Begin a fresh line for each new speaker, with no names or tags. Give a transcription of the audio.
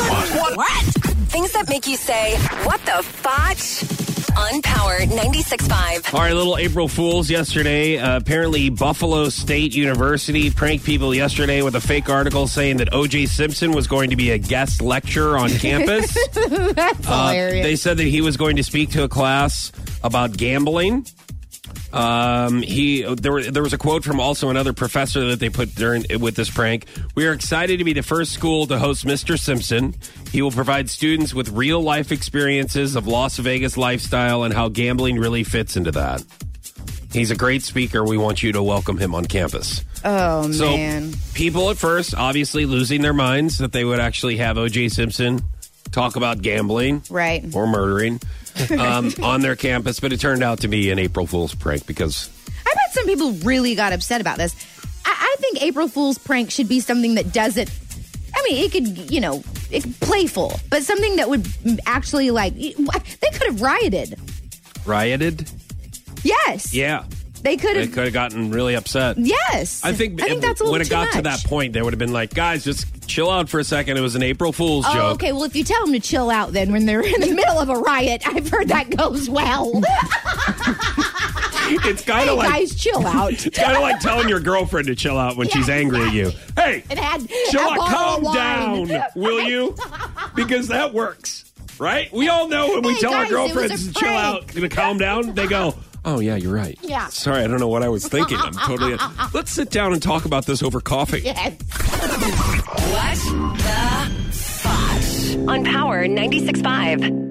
What? Things that make you say, what the fotch? On Power 96.5.
All right, little April Fools yesterday. Uh, apparently, Buffalo State University pranked people yesterday with a fake article saying that O.J. Simpson was going to be a guest lecturer on campus.
That's
Uh,
hilarious.
They said that he was going to speak to a class about gambling. Um, he there were, there was a quote from also another professor that they put during with this prank. We are excited to be the first school to host Mr. Simpson. He will provide students with real life experiences of Las Vegas lifestyle and how gambling really fits into that. He's a great speaker. We want you to welcome him on campus.
oh
So
man.
people at first, obviously losing their minds that they would actually have O.J. Simpson talk about gambling,
Right.
or murdering um, on their campus, but it turned out to be an April Fool's prank because
I bet some people really got upset about this. I, I think April Fool's prank should be something that doesn't. I mean, it could, you know, it, playful, but something that would actually like they could have rioted.
rioted.
Yes.
Yeah,
They could
they
have.
could have gotten really upset.
Yes.
I think,
I think that's a little
when it
too
got to
much.
that point, they would have been like, "Guys, just chill out for a second. It was an April Fool's
Oh,
joke."
okay. Well, if you tell them to chill out, then when they're in the middle of a riot, I've heard that goes well.
It's kind of like
Guys, chill out.
it's kind of like telling your girlfriend to chill out when
Yeah,
she's angry at you. Hey,
It had
chill
a
out,
bottle
calm
of wine.
down, will you? Because that works, right? We all know when we
Hey,
tell
guys, it
our
was a
girlfriends to chill out
prank.
and to calm down, they go. Oh yeah, you're right.
Yeah.
Sorry, I don't know what I was thinking. I'm totally. Let's sit down and talk about this over coffee.
Yes.
What the fotch? On Power 96.5.